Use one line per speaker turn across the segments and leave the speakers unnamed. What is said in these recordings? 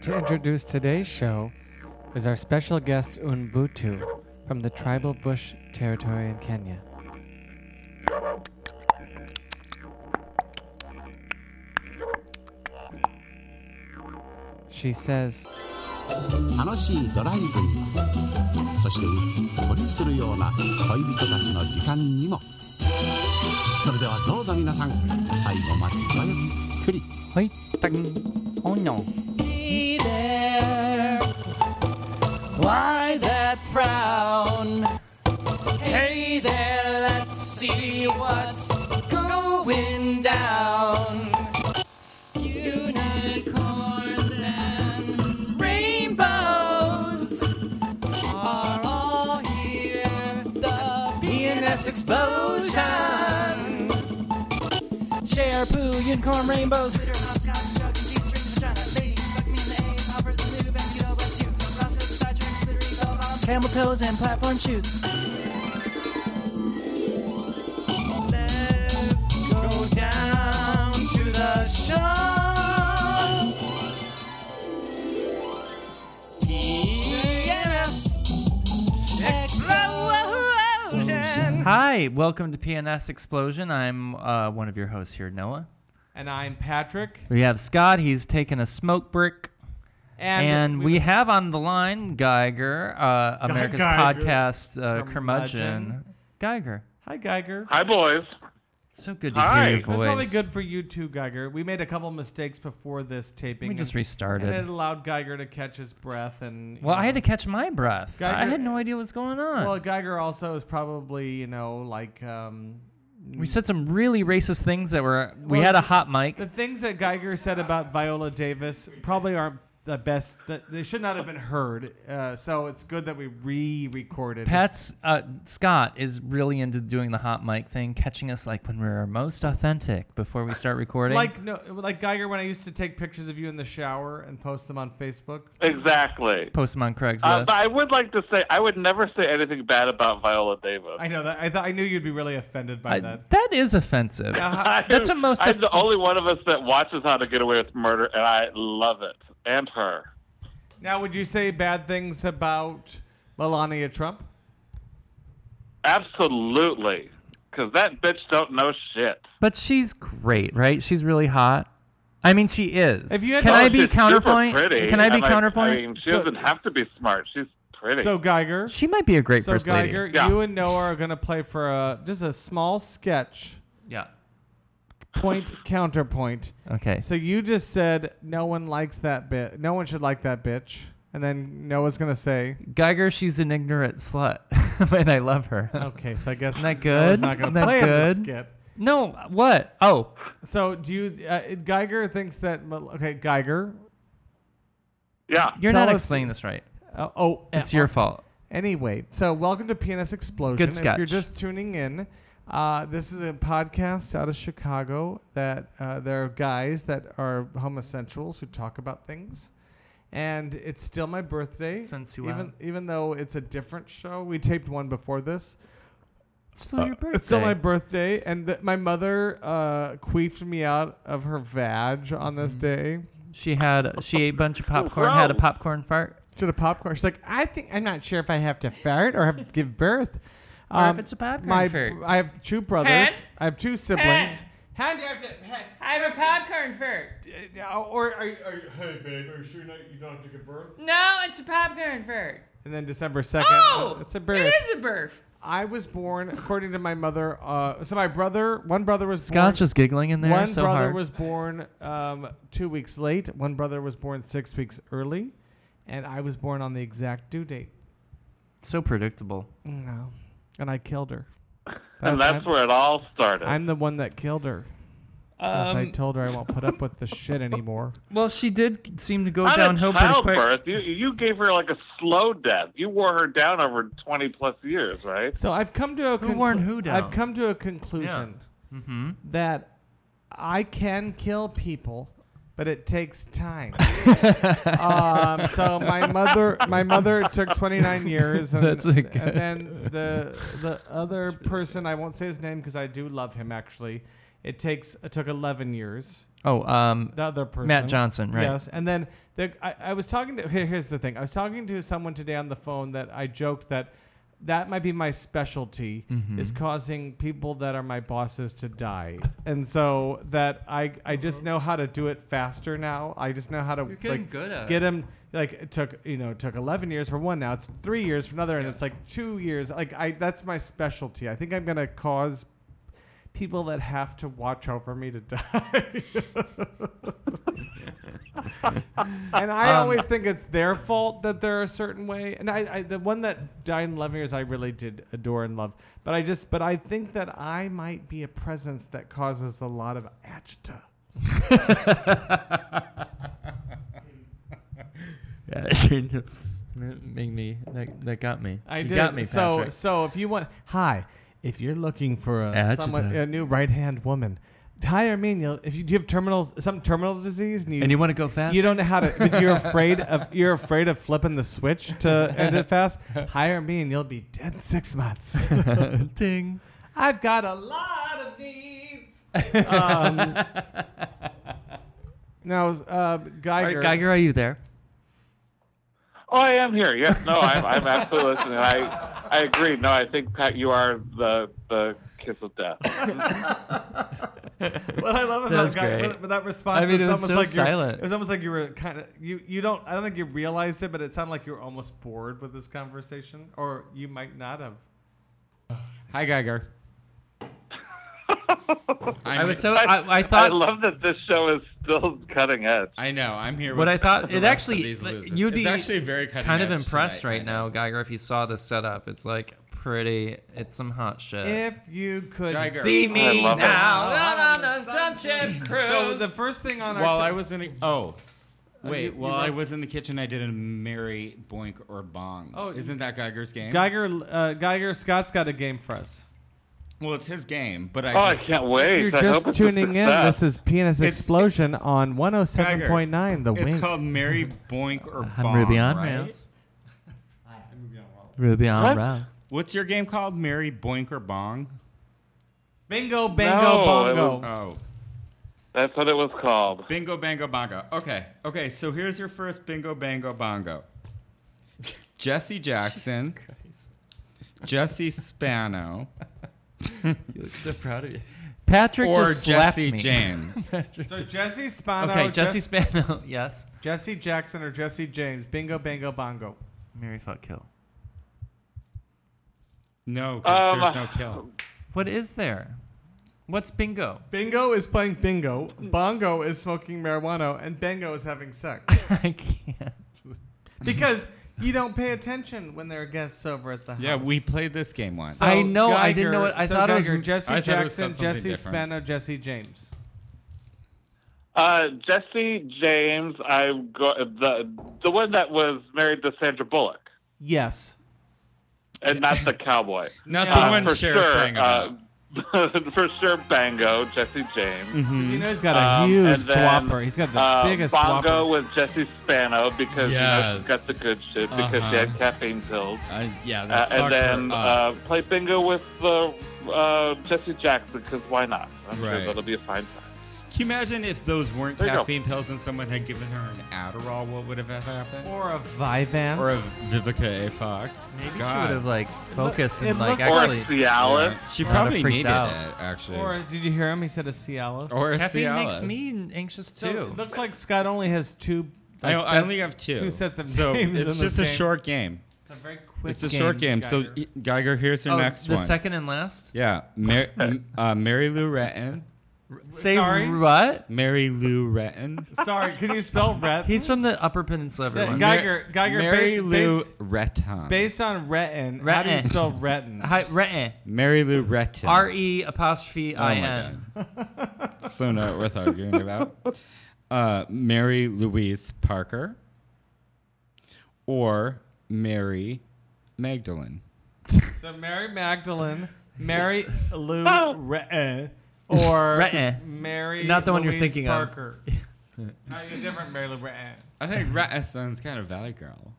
to introduce today's show is our special guest Unbutu from the tribal bush territory in Kenya. She says,
楽しいドライブにもそしてうっとりするような恋人たちの時間にもそれではどうぞ皆さん最後までごゆっくり
Wait, oh no.
Hey there. Why that frown? Hey there, let's see what's going down. Unicorns and rainbows are all here. The BNS explosion. Share poo, unicorn rainbows.
Twitter, hopscotch, jug, and G-string vagina. Ladies, fuck me in the A, poppers and lube, and keto wets you. Roscoe's, side tricks, glittery bell bombs.
camel toes and platform shoes. Let's go down to the show. Yes. Explosion.
Hi, welcome to PNS Explosion. I'm uh, one of your hosts here, Noah.
And I'm Patrick.
We have Scott. He's taken a smoke brick. And, we,
was-
have on the line Geiger, uh, America's
Geiger.
podcast uh,
Curmudgeon.
curmudgeon. Geiger.
Hi, Geiger.
Hi, boys.
It's so good to
Hi.
hear your
That's
It was
voice.
probably good for you too, Geiger. We made a couple mistakes before this taping.
We just
and-
restarted.
And it allowed Geiger to catch his breath. And you
well, I
know.
had to catch my breath. I
Geiger-
had no idea what's going on.
Well, Geiger also is probably you know like um,
we said some really racist things that were. we
Well,
had a hot mic.
the things that Geiger said about Viola Davis probably aren't the best. That they should not have been heard. Uh, so it's good that we re-recorded.
Pat's uh, Scott is really into doing the hot mic thing, catching us like when we're most authentic before we start recording.
like no, like Geiger when I used to take pictures of you in the shower and post them on Facebook.
Exactly.
post them on Craigslist.
Uh, but I would like to say I would never say anything bad about Viola Davis.
I know that. I thought I knew you'd be really offended by
I-
that.
that is offensive. that's the most-
I'm the only one of us that watches How to Get Away with Murder, and I love it. And her.
Now, would you say bad things about Melania Trump?
Absolutely. Because that bitch don't know shit.
But she's great, right? She's really hot. I mean, she is.
If you had
Can
to-
I
Oh,
be
she's super
counterpoint?
pretty.
Can I be
I'm like-
counterpoint?
I mean, she
So-
doesn't have to be smart. She's pretty.
So Geiger,
she might be a great
so
first
Geiger,
lady.
Yeah.
you and Noah are gonna play for a just a small sketch,
Yeah.
point counterpoint.
Okay.
So you just said no one likes that bit. No one should like that bitch. And then Noah's gonna say,
Geiger, she's an ignorant slut, and I love her.
"Okay, so I guess
Isn't that
Noah's
good?
not gonna
Isn't that
play in this
good?
skit."
No, what? Oh,
So do you? Uh, Geiger thinks that. Mel- Okay, Geiger.
yeah.
you're
Tell
not
us-
explaining this right.
Uh, oh,
It's your fault.
Anyway, so welcome to PNS Explosion.
Good
If you're
sketch.
just tuning in, uh, this is a podcast out of Chicago that uh, there are guys that are homosexuals who talk about things. And it's still my birthday.
Sensual.
Even, even though it's a different show, we taped one before this.
It's still your birthday.
Uh, It's still my birthday. And th- my mother uh, queefed me out of her vag on
Mm-hmm.
this day.
She had she ate a bunch of popcorn, had a
gross.
popcorn fart.
To the popcorn. She's like, I think, I'm not sure if I have to fart or have to give birth. Um,
Or if it's a popcorn
my,
fart.
I have two brothers. I have two siblings. How do you have to? I have a popcorn fart. Or are you, are you, hey babe, are you sure you don't, you don't have to give birth?
No, it's a popcorn bird.
And then December second. uh,
Oh,
it's a birth.
It is a birth.
I was born according to my mother. Uh, so my brother, one brother was
Scott's
born.
just giggling in there
one
so
brother
hard.
was born um, two weeks late. One brother was born six weeks early, and I was born on the exact due date. Mm,
so predictable.
No, and I killed her.
And that's
I'm,
where it all started.
I'm the one that killed her. 'Cause I told her I won't put up with the shit anymore.
Well, she did seem to go
Not a
downhill pretty quick.
childbirth. You, you gave her like a slow death. You wore her down over 20 plus years, right?
So I've come to a
Who warned who Mm-hmm. down?
I've come to a conclusion that I can kill people, but it takes time. um, so my mother, my mother took 29 years, and,
That's a good-
and then the the other person, I won't say his name because I do love him actually. It takes it took 11 years.
Oh, um,
The other person,
Johnson, right.
Yes, and then the, I, I was talking to. Here, here's the thing. I was talking to someone today on the phone that I joked that that might be my specialty
Mm-hmm.
is causing people that are my bosses to die, and so that I I just know how to do it faster now. I just know how to
Uh-huh. You're getting
like,
good at
get him like it took you know it took 11 years for one now it's three years for another and it's like two years like i that's my specialty i think i'm gonna cause people that have to watch over me to die. and I
Um,
always think it's their fault that they're a certain way. And I, I the one that died in 11 years, I really did adore and love. But I just, but I think that I might be a presence that causes a lot of agita.
that made me. That, that got me.
I
you
did.
got me,
so,
Patrick.
so if you want, hi, if you're looking for a,
Agita.
someone, a new right hand woman, hire me. And you'll, if you do you have terminal, some terminal disease, and you,
and you want to go fast?
You don't know how to. But you're afraid of. You're afraid of flipping the switch to end it fast. Hire me, and you'll be dead in six months.
Ding.
I've got a lot of needs. Um, now, uh,
All
Geiger.
right, Geiger, are you there?
Oh, I am here. Yes, no, I'm, I'm absolutely listening. I, I agree. No, I think Pat, you are the the kiss of death.
What I love
That
about
was
Geiger,
great.
but- but that response
I mean,
was,
it was
almost
so
like you're-
silent.
It was almost like you were kind of you. You don't. I don't think you realized it, but it sounded like you were almost bored with this conversation, or you might not have.
Hi, Geiger. I'm
I was so.
I,
I, I thought.
I love that this show is still cutting edge.
I know. I'm here.
what
with
I thought.
the
It
rest of
actually.
these losers.
You'd
It's
be
actually very cutting
kind of
edge
impressed
tonight,
right
I
now,
know.
Geiger, if you saw the setup. It's like pretty. It's some hot shit.
If you could
Geiger.
See
see me.
me
I love it.
Oh,
now.
Out on the sunship cruise.
So the first thing on our
While
ti-
I was in. A, oh. Wait,
Uh,
you- you
while I
wrote-
was in the kitchen, I did a Mary Boink or Bong.
Oh,
Oh, isn't that Geiger's game?
Geiger, uh, Geiger, Scott's got a game for us.
Well, it's his game, but I.
Oh, I
just-
can't wait.
If you're
I hope
just
it's a
tuning in,
success.
this is Penis
It's-
Explosion on 107.9 The
It's
Wing.
called Mary Boink or
I'm
Bong.
Ruby on
right?
rails. Ruby on
What?
rails.
What's your game called? Mary Boink or Bong?
Bingo, bango,
No, it
bongo.
Oh.
That's what it was called.
Bingo, bango, bongo. Okay, okay. So here's your first bingo, bango, bongo. Jesse Jackson, Jesse Spano,
You look so proud of you. Patrick
or
just slapped
Jesse
me.
James.
Patrick
So
just-
Jesse Spano,
okay, Jesse
Jesse,
Spano. Yes.
Jesse Jackson, or Jesse James. Bingo, bango, bongo.
Mary fuck kill.
No, 'cause
Um,
there's no kill.
What is there? What's bingo?
Bingo is playing bingo. Bongo is smoking marijuana, and bango is having sex
I can't.
because you don't pay attention when there are guests over at the house.
Yeah, we played this game once.
I know, I didn't know it- I
so
thought it was-
Geiger, Jesse
I thought it was
Jackson,
something
Jesse
different.
Spano, Jesse James.
Uh, Jesse James, I go the the one that was married to Sandra Bullock,
Yes.
and not the cowboy.
Not
Uh,
the one
for
Cher
sure,
sang about.
uh, for sure, Bango, Jesse James.
You know he's got a
Um,
huge
and then,
whopper. He's got the
uh,
biggest
Bongo
whopper.
with Jesse Spano because you know,
Yes.
she's got the good shit because she
Uh-huh.
had caffeine pills.
I- yeah,
Uh,
that
and
fucked
then
her up.
uh, play bingo with uh, uh, Jesse Jackson because why not? I'm
Right.
sure that'll be a fine time.
Can you imagine if those weren't
There you go.
caffeine pills and someone had given her an Adderall? What would have happened?
Or a Vyvanse.
Or a Vivica A. Fox?
Maybe she
God.
would have like focused
it
and like
looks
Or a
actually.
Cialis.
Yeah, She
I'd have
probably
freaked
needed
out.
it, actually.
Or did you hear him? He said a Cialis.
Or a
Caffeine makes
Cialis.
me anxious
So
too.
It looks like Scott only has two.
I,
Like,
I only have two.
two sets of
so
names
It's
in
just
this
a
game.
short game.
it's a very quick.
It's a short game. So
Geiger.
y- Geiger, here's your
Oh,
next
the
one.
second and last.
Yeah, Mar- m- uh, Mary Lou Retton.
Say
Sorry.
what?
Mary Lou Retton.
sorry, can you spell Rhett?
He's from the Upper Peninsula.
Yeah,
Everyone.
Geiger- Geiger,
Mary
based-
Lou
based-
Retton.
based on retin. How do you
Retin.
spell retin?
Hi, Re-
Mary Lou Retton.
R E apostrophe
Oh my
I N.
God. so not worth arguing about. Uh, Mary Louise Parker or Mary Magdalene.
So Mary Magdalene, Mary Lou Retton, or
Retin.
Mary.
Oh. Not the one you're
Louise
thinking of.
Parker. How are you different, Mary Lou Retton?
I think Retton sounds kind of Valley Girl.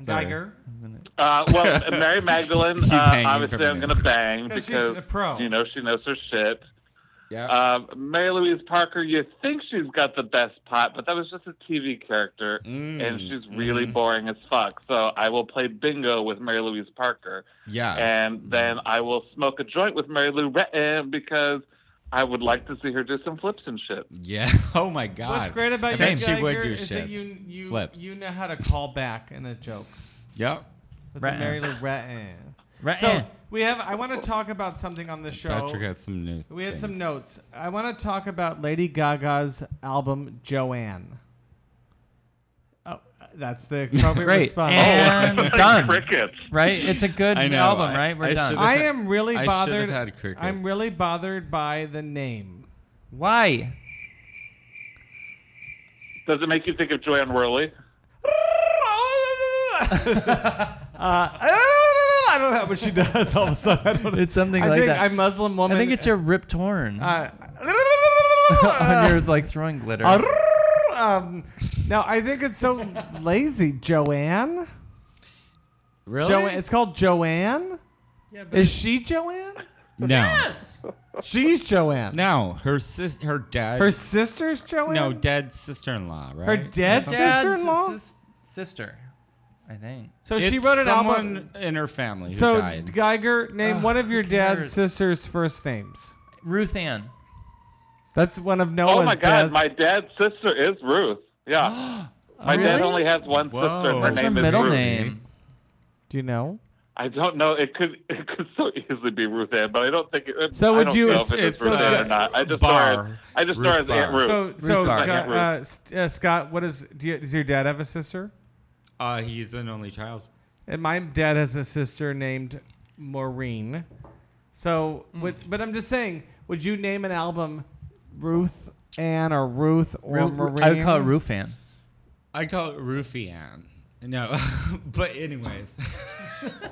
Sorry.
Geiger.
Uh, well, Mary Magdalene,
He's
uh,
hanging
obviously
from
I'm
this.
going to bang
'Cause she's
because,
a pro.
you know, she knows her shit.
Yeah.
Uh, Mary Louise Parker, you think she's got the best pot, but that was just a TV character,
Mm,
and she's really boring as fuck. So I will play bingo with Mary Louise Parker,
yeah.
and
Mm.
then I will smoke a joint with Mary Lou Retton because I would like to see her do some flips and shit.
yeah. Oh my God.
What's great about
Same.
you,
She would
Geiger,
do
is
shit.
that you, you,
Flips.
you know how to call back in a joke.
Yep.
With
Right.
the Mary Lou Retton.
Right.
So we have. I want to talk about something on the show.
Patrick has some news.
we had some notes. I want to talk about Lady Gaga's album Joanne. Oh, that's the appropriate
Great.
response.
And done.
Crickets.
Right? It's a good
I know,
album,
I-
right? We're
I
done.
should've-
Oh, I am really
I should've
bothered.
had crickets.
I'm really bothered by the name.
Why?
Does it make you think of Joanne Worley?
Uh, I don't know what she does. All of a sudden, I don't know.
It's something
I
like
think
that.
I'm Muslim
I
woman.
think it's your ripped horn
Uh,
on your like throwing glitter.
um, no, I think it's so lazy, Joanne.
Oh.
Really?
Joanne. It's called Joanne.
Yeah, but
Is she Joanne?
no.
yes.
She's Joanne.
No. Her sis. Her dad.
Her sister's Joanne.
no dead sister-in-law. Right.
her dead
Dad's
sister-in-law.
sis- sister, I think.
so
It's
she wrote an
someone
album.
in her family who
So
died.
Geiger, name
Ugh,
one of
who
your dad's
cares?
sister's first names.
Ruth Ann.
That's one of Noah's.
Oh my God,
dad's-
my dad's sister is Ruth. Yeah. My dad
Really?
only has one
Whoa.
sister. And her
What's her
name is
middle
Ruth.
name?
Do you know?
I don't know. It could it could so easily be Ruth Ann, but I don't think it.
So would
I don't
you-
know if it's,
It's-
Ruth
it's,
Ann
uh,
or not. I just saw
Barr.
her. I just
Ruth
saw her as Aunt
Barr.
Ruth.
So, so
Barr.
Ge-
Aunt Ruth.
uh, S- uh, Scott, what is? Do you, does your dad have a sister?
Uh, he's an only child.
And my dad has a sister named Maureen. So,
Mm.
would, but I'm just saying, would you name an album Ruth Ann or Ruth or
Ru-
Maureen?
I would call it Ruth Ann.
I call it Roofie Ann. No, but anyways.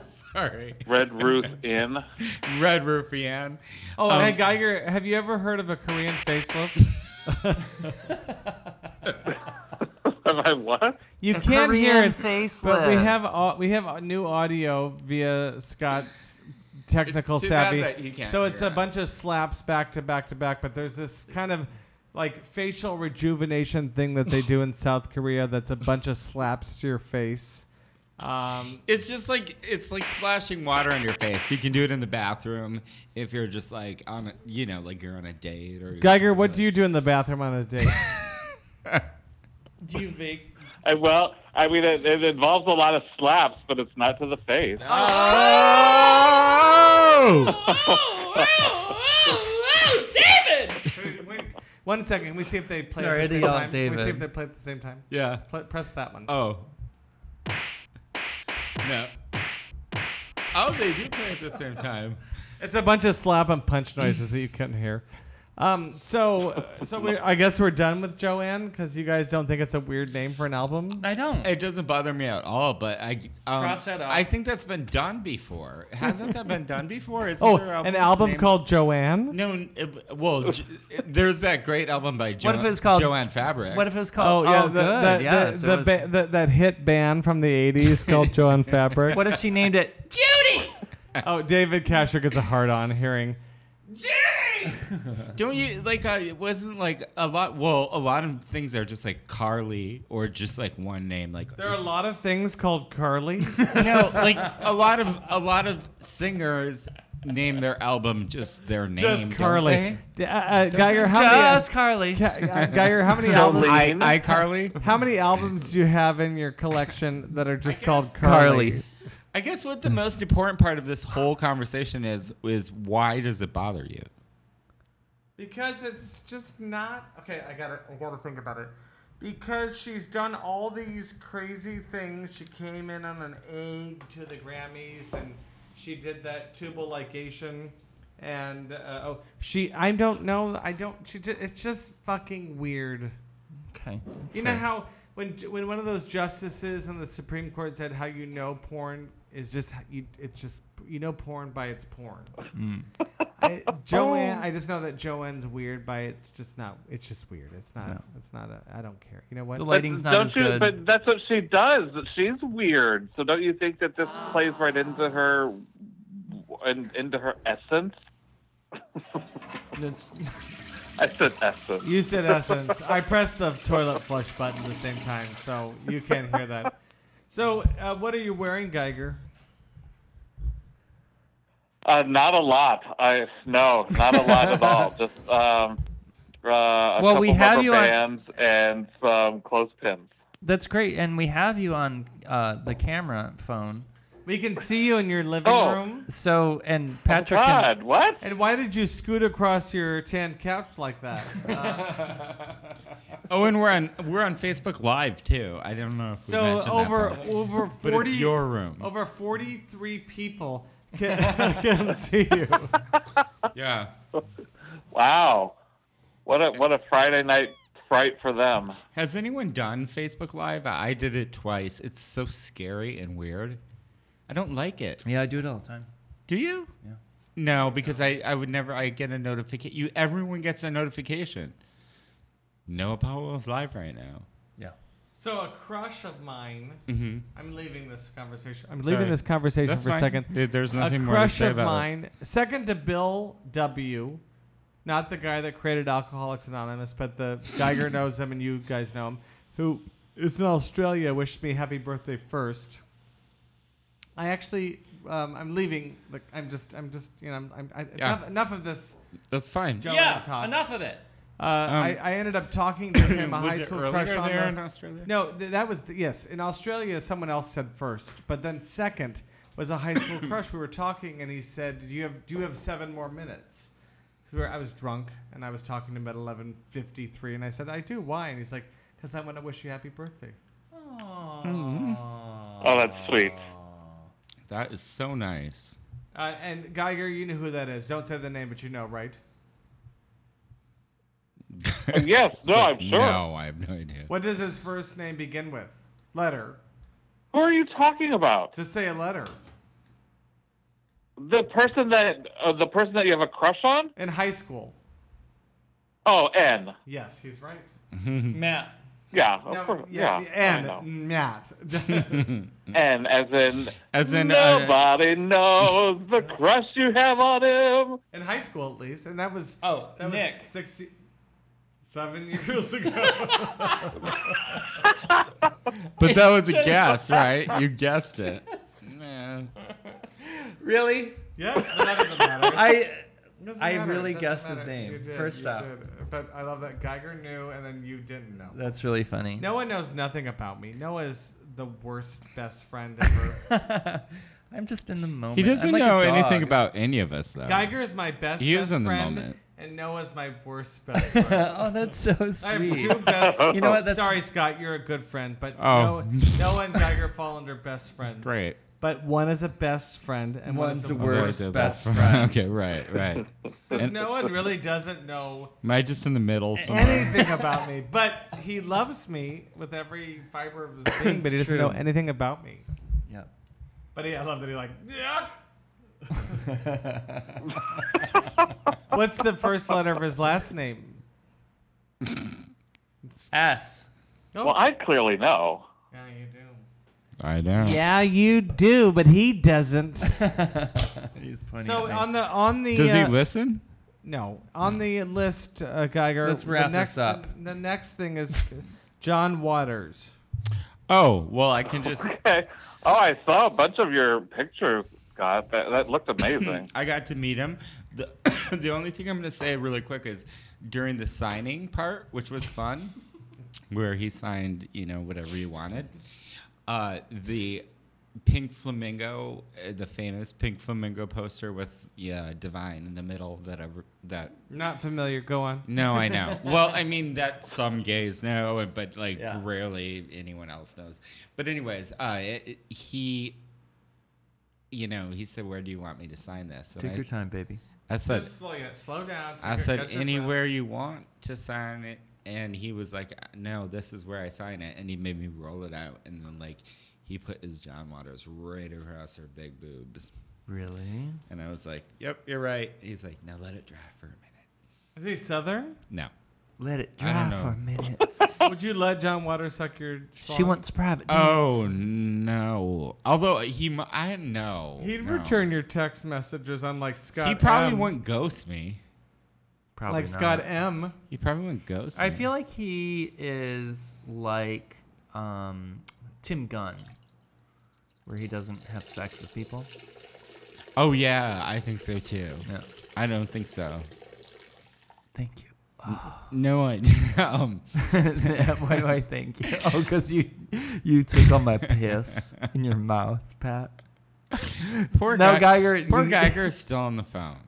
Sorry.
Red Ruth Inn.
Red Roofie Ann.
Oh,
Um,
hey, Geiger, have you ever heard of a Korean facelift?
Am I what?
You can't hear it, but we have au- we have new audio via Scott's technical
It's too bad
savvy.
that he can't
so it's
hear
a
it.
bunch of slaps back to back to back, but there's this kind of like facial rejuvenation thing that they do in South Korea. That's a bunch of slaps to your face. Um,
It's just like it's like splashing water on your face. You can do it in the bathroom if you're just like on, a, you know, like you're on a date or.
Geiger, what do you do in the bathroom on a date?
Do you make
I, well, I mean, it, it involves a lot of slaps, but it's not to the face.
Oh!
Oh, oh, oh, oh, David!
wait, wait, one second. We see if they play
Sorry
at
to
the same
yell,
time. We see
David.
if they play at the same time.
yeah.
Pl- press that one.
Oh. No. Oh, they do play at the same time.
It's a bunch of slap and punch noises that you couldn't hear. Um, so, so we, I guess we're done with Joanne because you guys don't think it's a weird name for an album.
I don't.
It doesn't bother me at all, but I um,
Cross that off.
I think that's been done before. Hasn't that been done before? Isn't
Oh,
there
an
albums
album
named-
called Joanne.
No, n- it- well, J- uh, there's that great album by jo-
What if it's called-
Joanne Fabric.
What if it's called? Oh, yeah,
the,
good.
the,
yes,
the,
it
the
was-
ba- the- that hit band from the '80s called Joanne Fabric.
what if she named it?
Judy!
oh, David Kasher gets a hard on hearing.
Don't you like? Uh, it wasn't like a lot. Well, a lot of things are just like Carly or just like one name. Like
There are a lot of things called Carly.
no, like a lot of a lot of singers name their album just their name.
Just
don't
Carly.
they?
D- Uh, uh, Geiger, how
Just
many,
Carly.
Ca- uh, Geiger, how many albums?
I, I Carly.
How many albums do you have in your collection that are just called
Carly.
I guess what the most important part of this whole conversation is is why does it bother you?
Because it's just not okay. I gotta, I gotta think about it. Because she's done all these crazy things. She came in on an egg to the Grammys, and she did that tubal ligation. And uh, oh, she, I don't know, I don't. She, ju- it's just fucking weird.
Okay. that's
you know
fair.
how when ju- when one of those justices on the Supreme Court said how you know porn is just h- you, it's just you know porn by its porn. I, Joanne. I just know that Joanne's weird, by it's just not. It's just weird. It's not.
Yeah.
It's not. A, I don't care. You know what?
The lighting's not
don't
as
you,
good.
But that's what she does. She's weird. So don't you think that this plays right into her, in, into her essence?
That's-
I said essence.
You said essence. I pressed the toilet flush button at the same time, so you can't hear that. So, uh, what are you wearing, Geiger?
Uh, not a lot. I no, not a lot at all. Just um, uh, a
Well, we
couple
have
rubber
you on-
bands and some clothespins.
That's great, and we have you on uh, the camera phone.
We can see you in your living
Oh.
room.
So, and Patrick, can-
God, what?
And why did you scoot across your tan couch like that?
Oh, and we're on we're on Facebook Live too. I don't know if we
so
mentioned
over
that. part.
over
But
forty
it's your room.
over forty three people can, can see you.
Yeah.
Wow, what a what a Friday night fright for them.
Has anyone done Facebook Live? I did it twice. It's so scary and weird. I don't like it.
yeah, I do it all the time.
Do you?
Yeah.
No, because I, I would never I get a notification. You everyone gets a notification. Noah Powell is live right now.
Yeah.
So a crush of mine.
Mm-hmm.
I'm leaving this conversation. I'm
Sorry.
leaving this conversation
That's
for
fine.
a second.
There- There's nothing
a
more to
crush
say
of
about it.
mine, second to Bill W, not the guy that created Alcoholics Anonymous, but the Geiger knows him and you guys know him, who is in Australia. Wished me happy birthday first. I actually, um, I'm leaving. Like, I'm just, I'm just, you know, I'm, I'm I,
Yeah.
enough, enough of this.
That's fine.
Joe and
Yeah,
Todd.
enough of it.
Uh, I, I ended up talking to him, a
Um, Was
high
it
school
earlier
crush on
there
the-
in Australia?
No, th- that was the, yes. In Australia, someone else said first, but then second was a high school crush. We were talking, and he said, "Do you have do you have seven more minutes?" Because I was drunk, and I was talking to him at eleven fifty three, and I said, "I do." Why? And he's like, "Because I want to wish you happy birthday."
Oh, that's sweet.
Uh,
That is so nice.
Uh, and Geiger, you know who that is. Don't say the name, but you know, right?
Yes, Oh, no, I'm sure.
No, I have no idea.
What does his first name begin with? Letter.
Who are you talking about?
Just say a letter.
The person that uh, the person that you have a crush on?
In high school.
Oh, N.
Yes, he's right.
Matt.
Yeah, of
No,
course.
yeah,
Yeah, I know.
and Matt.
N as in
As in, uh,
nobody knows the crush you have on him.
in high school, at least, and that was
Oh,
that
Nick.
was sixty seven years ago.
But that was a guess, right? You guessed it. Nah.
Really?
yes, but that doesn't matter.
I
It doesn't
I
matter. It
really
doesn't
guessed his
matter.
name.
You did,
First
you
up.
did. But I love that Geiger knew, and then you didn't know.
That's really funny.
Noah knows nothing about me. Noah's the worst best friend ever.
I'm just in the moment.
He doesn't
I'm like a
know anything
dog.
about any of us, though.
Geiger is my best
He is
best
in the
friend,
moment.
and Noah's my worst best friend.
oh, that's so
I have
sweet.
two best.
You know what? That's
Sorry, Scott, you're a good friend, but
Oh.
Noah, Noah and Geiger fall under best friends.
Great.
But one is a best friend and
one's
one's
the
a
worst
Avoided
best
that.
friend.
okay, right, right.
Because no one really doesn't know
Am I just in the middle? Somewhere?
anything about me, but he loves me with every fiber of his being, but he
It's
doesn't know
true.
anything about me.
Yeah.
But he, I love that he like, yuck. What's the first letter of his last name?
S.
No.
Well, I clearly know.
Oh, yeah, you do.
I know.
Yeah, you do, but he doesn't.
He's pointing.
So
at me.
on the on the
Does
uh,
he listen?
No, on the list, uh, Geiger.
Let's wrap
the next,
this up.
The, the next thing is John Waters.
Oh, well, I can just.
Okay. Oh, I saw a bunch of your pictures, Scott. That, that looked amazing.
I got to meet him. The, the only thing I'm going to say really quick is during the signing part, which was fun, where he signed, you know, whatever he wanted, uh, the pink flamingo, uh, the famous pink flamingo poster with yeah, Divine in the middle that I, re- that
Not familiar. Go on.
No, I know. well, I mean that some gays know, but like
Yeah.
rarely anyone else knows. But anyways, uh, it, it- he, you know, he said, "Where do you want me to sign this?" And
Take
I,
your time, baby.
I said,
Just slow, yeah, slow down.
"I
Take a-
said
catch your breath.
anywhere you want to sign it," and he was like, "No, this is where I sign it," and he made me roll it out, and then like he put his John Waters right across her big boobs.
Really?
And I was like, yep, you're right. He's like, now let it dry for a minute.
Is he Southern?
No.
Let it
I
dry
don't
for a minute.
Would you let John Waters suck your?
Oh. she
schlong?
wants private dance.
Oh, no. Although he, mu- I know.
He'd
no.
return Um, your text messages, unlike Scott.
He probably
M.
wouldn't ghost me.
probably
Like
not.
Scott M.
He probably wouldn't ghost
I
me.
feel like he is like um, Tim Gunn, where he doesn't have sex with people.
Oh, yeah. I think so too.
No.
I don't think so.
Thank you.
No one. um,
Why do I thank you? Oh, because you you took all my piss in your mouth, Pat.
poor
No,
Gei-
Geiger,
Poor
you-
Geiger is still on the phone.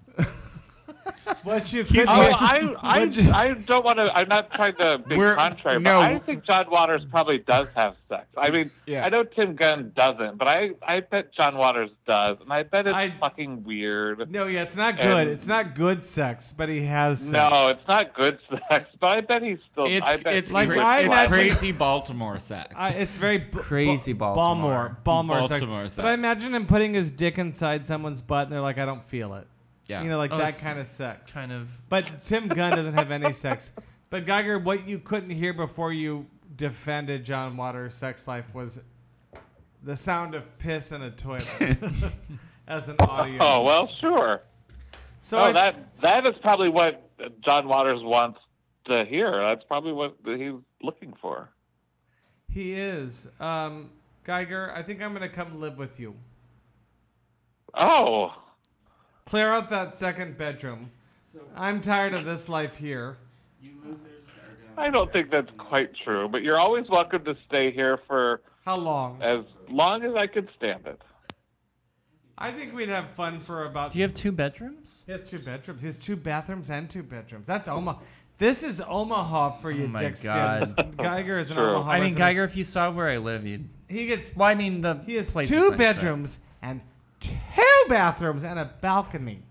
What you
Oh,
could
I, I, I don't want to. I'm not trying to be
We're-
contrary,
no.
but I think John Waters probably does have sex. I mean,
Yeah.
I know Tim Gunn doesn't, but I, I bet John Waters does, and I bet it's
I-
fucking weird.
No, yeah, it's not good.
And-
it's not good sex, but he has sex.
No, it's not good sex, but I bet he's still.
It's
I bet
it's,
he
Like,
would
cra-
I
it's
like
imagine-
it.
crazy Baltimore sex.
I, it's very b-
Crazy
b-
Baltimore.
Baltimore, Baltimore,
Baltimore
sex.
sex.
But I imagine him putting his dick inside someone's butt, and they're like, "I don't feel it."
yeah.
You know, like
Oh,
that
it's
kind of sex.
Kind of.
But Tim Gunn doesn't have any sex. But Geiger, what you couldn't hear before you defended John Waters' sex life was the sound of piss in a toilet as an audio.
Oh well, sure.
so
oh,
I-
that that is probably what John Waters wants to hear. That's probably what he's looking for.
he is. Um, Geiger, I think I'm gonna come live with you.
Oh,
Clear out that second bedroom. I'm tired of this life here.
I don't think that's quite true, but you're always welcome to stay here for
How long?
as long as I can stand it.
I think we'd have fun for about.
Do you have two bedrooms?
He has two bedrooms. He has two bathrooms and two bedrooms. That's Omaha. This is Omaha for you,
Oh my
dick
God.
skins. Geiger is an
True.
Omaha.
I mean,
resident.
Geiger, if you saw where I live, you'd.
He gets.
Well, I mean, the
He has
place is
two
nice, but-
bedrooms and two bathrooms and a balcony.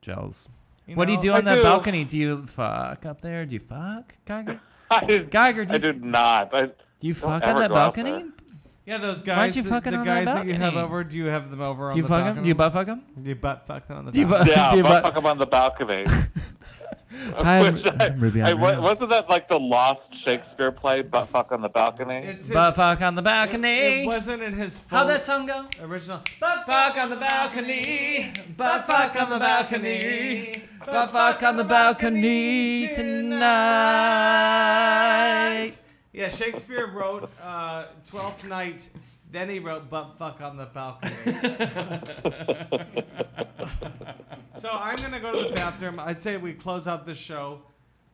Gels.
You
what do you
know?
do
I
on that
do.
balcony? Do you fuck up there? Do you fuck, Geiger?
I did,
Geiger, do
I
you-
did not. I,
Do you
Don't
fuck on
ever
that
go out
balcony?
there.
Yeah, those guys.
you
the,
fuck it
the
on the
guys that you have
balcony?
over? Do you have them over on
Do you
the
fuck him?
balcony?
Do you butt fuck him?
Do you butt fuck them on the
Do you
balcony?
butt?
yeah,
do you
but
butt?
fuck him on the balcony.
Hi, I'm,
Which
I'm Ruby
I-
on
wa-
Rails.
wasn't that like the lost Shakespeare play, Butt Fuck on the Balcony?
It's his-
Butt fuck on the
it,
balcony.
it wasn't in his full
How'd that song go?
original.
Butt fuck on the balcony. Butt fuck on the balcony. Butt fuck on the balcony tonight.
Yeah, Shakespeare wrote uh, Twelfth Night. Then he wrote "Butt Fuck on the Balcony." so I'm gonna go to the bathroom. I'd say we close out the show.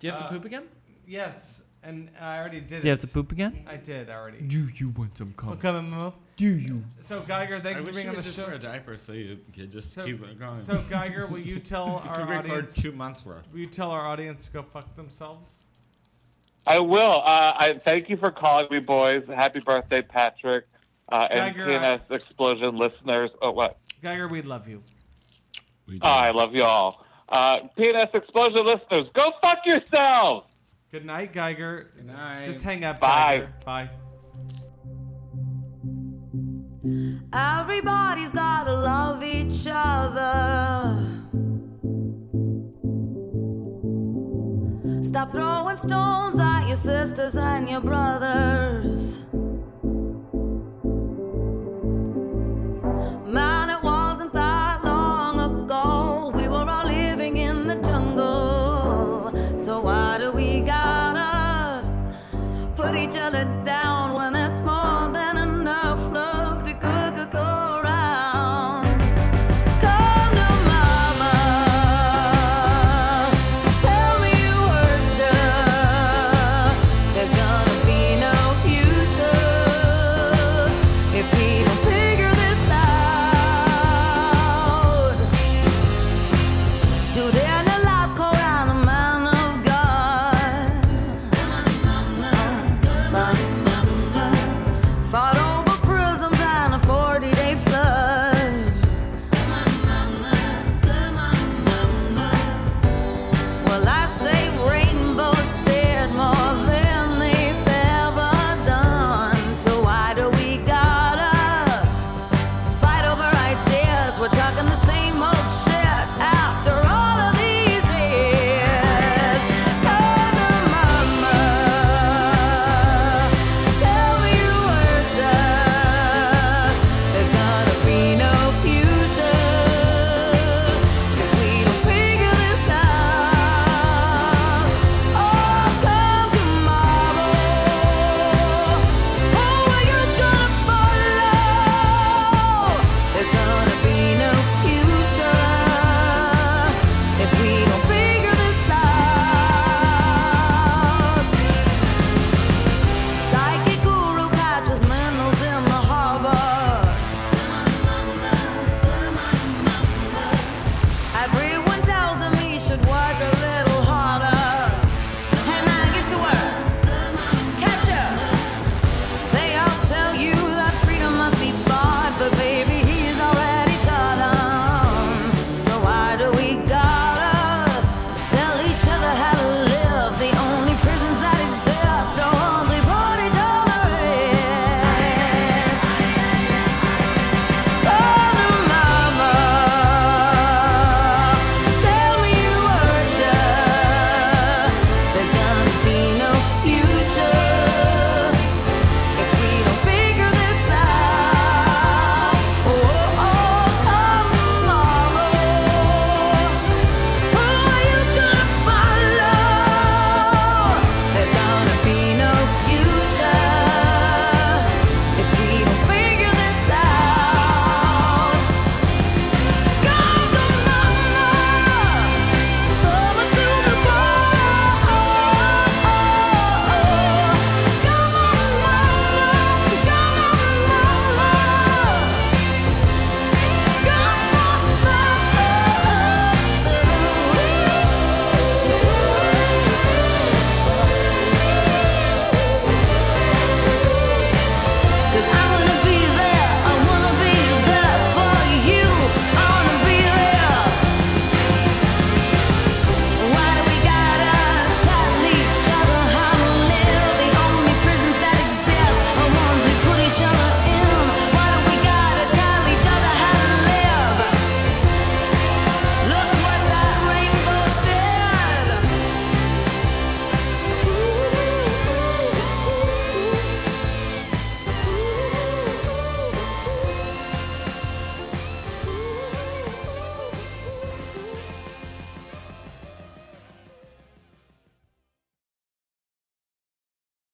Do you have
Uh,
to poop again?
Yes, and I already did.
Do you
it.
have to poop again?
I did already.
Do you want some
Well,
cum?
come and move.
Do you?
So Geiger,
I
thanks for
wish
being
you
on the
could just
show.
wear a diaper so you could just
So-
keep it going.
So Geiger, will you tell
you
our
could record
audience?
two months worth.
Will you tell our audience to go fuck themselves?
I will. Uh, I thank you for calling me, boys. Happy birthday, Patrick, uh, and
Tiger,
TNS Explosion listeners. Oh, what?
Geiger, we love you.
We
Oh, I love y'all. Uh, PNS Explosion listeners, go fuck yourselves.
Good night, Geiger.
Good night.
Just hang up.
Bye.
Geiger. Bye.
Everybody's gotta love each other. Stop throwing stones at your sisters and your brothers. Man, it wasn't that long ago. We were all living in the jungle. So why do we gotta put each other Oh,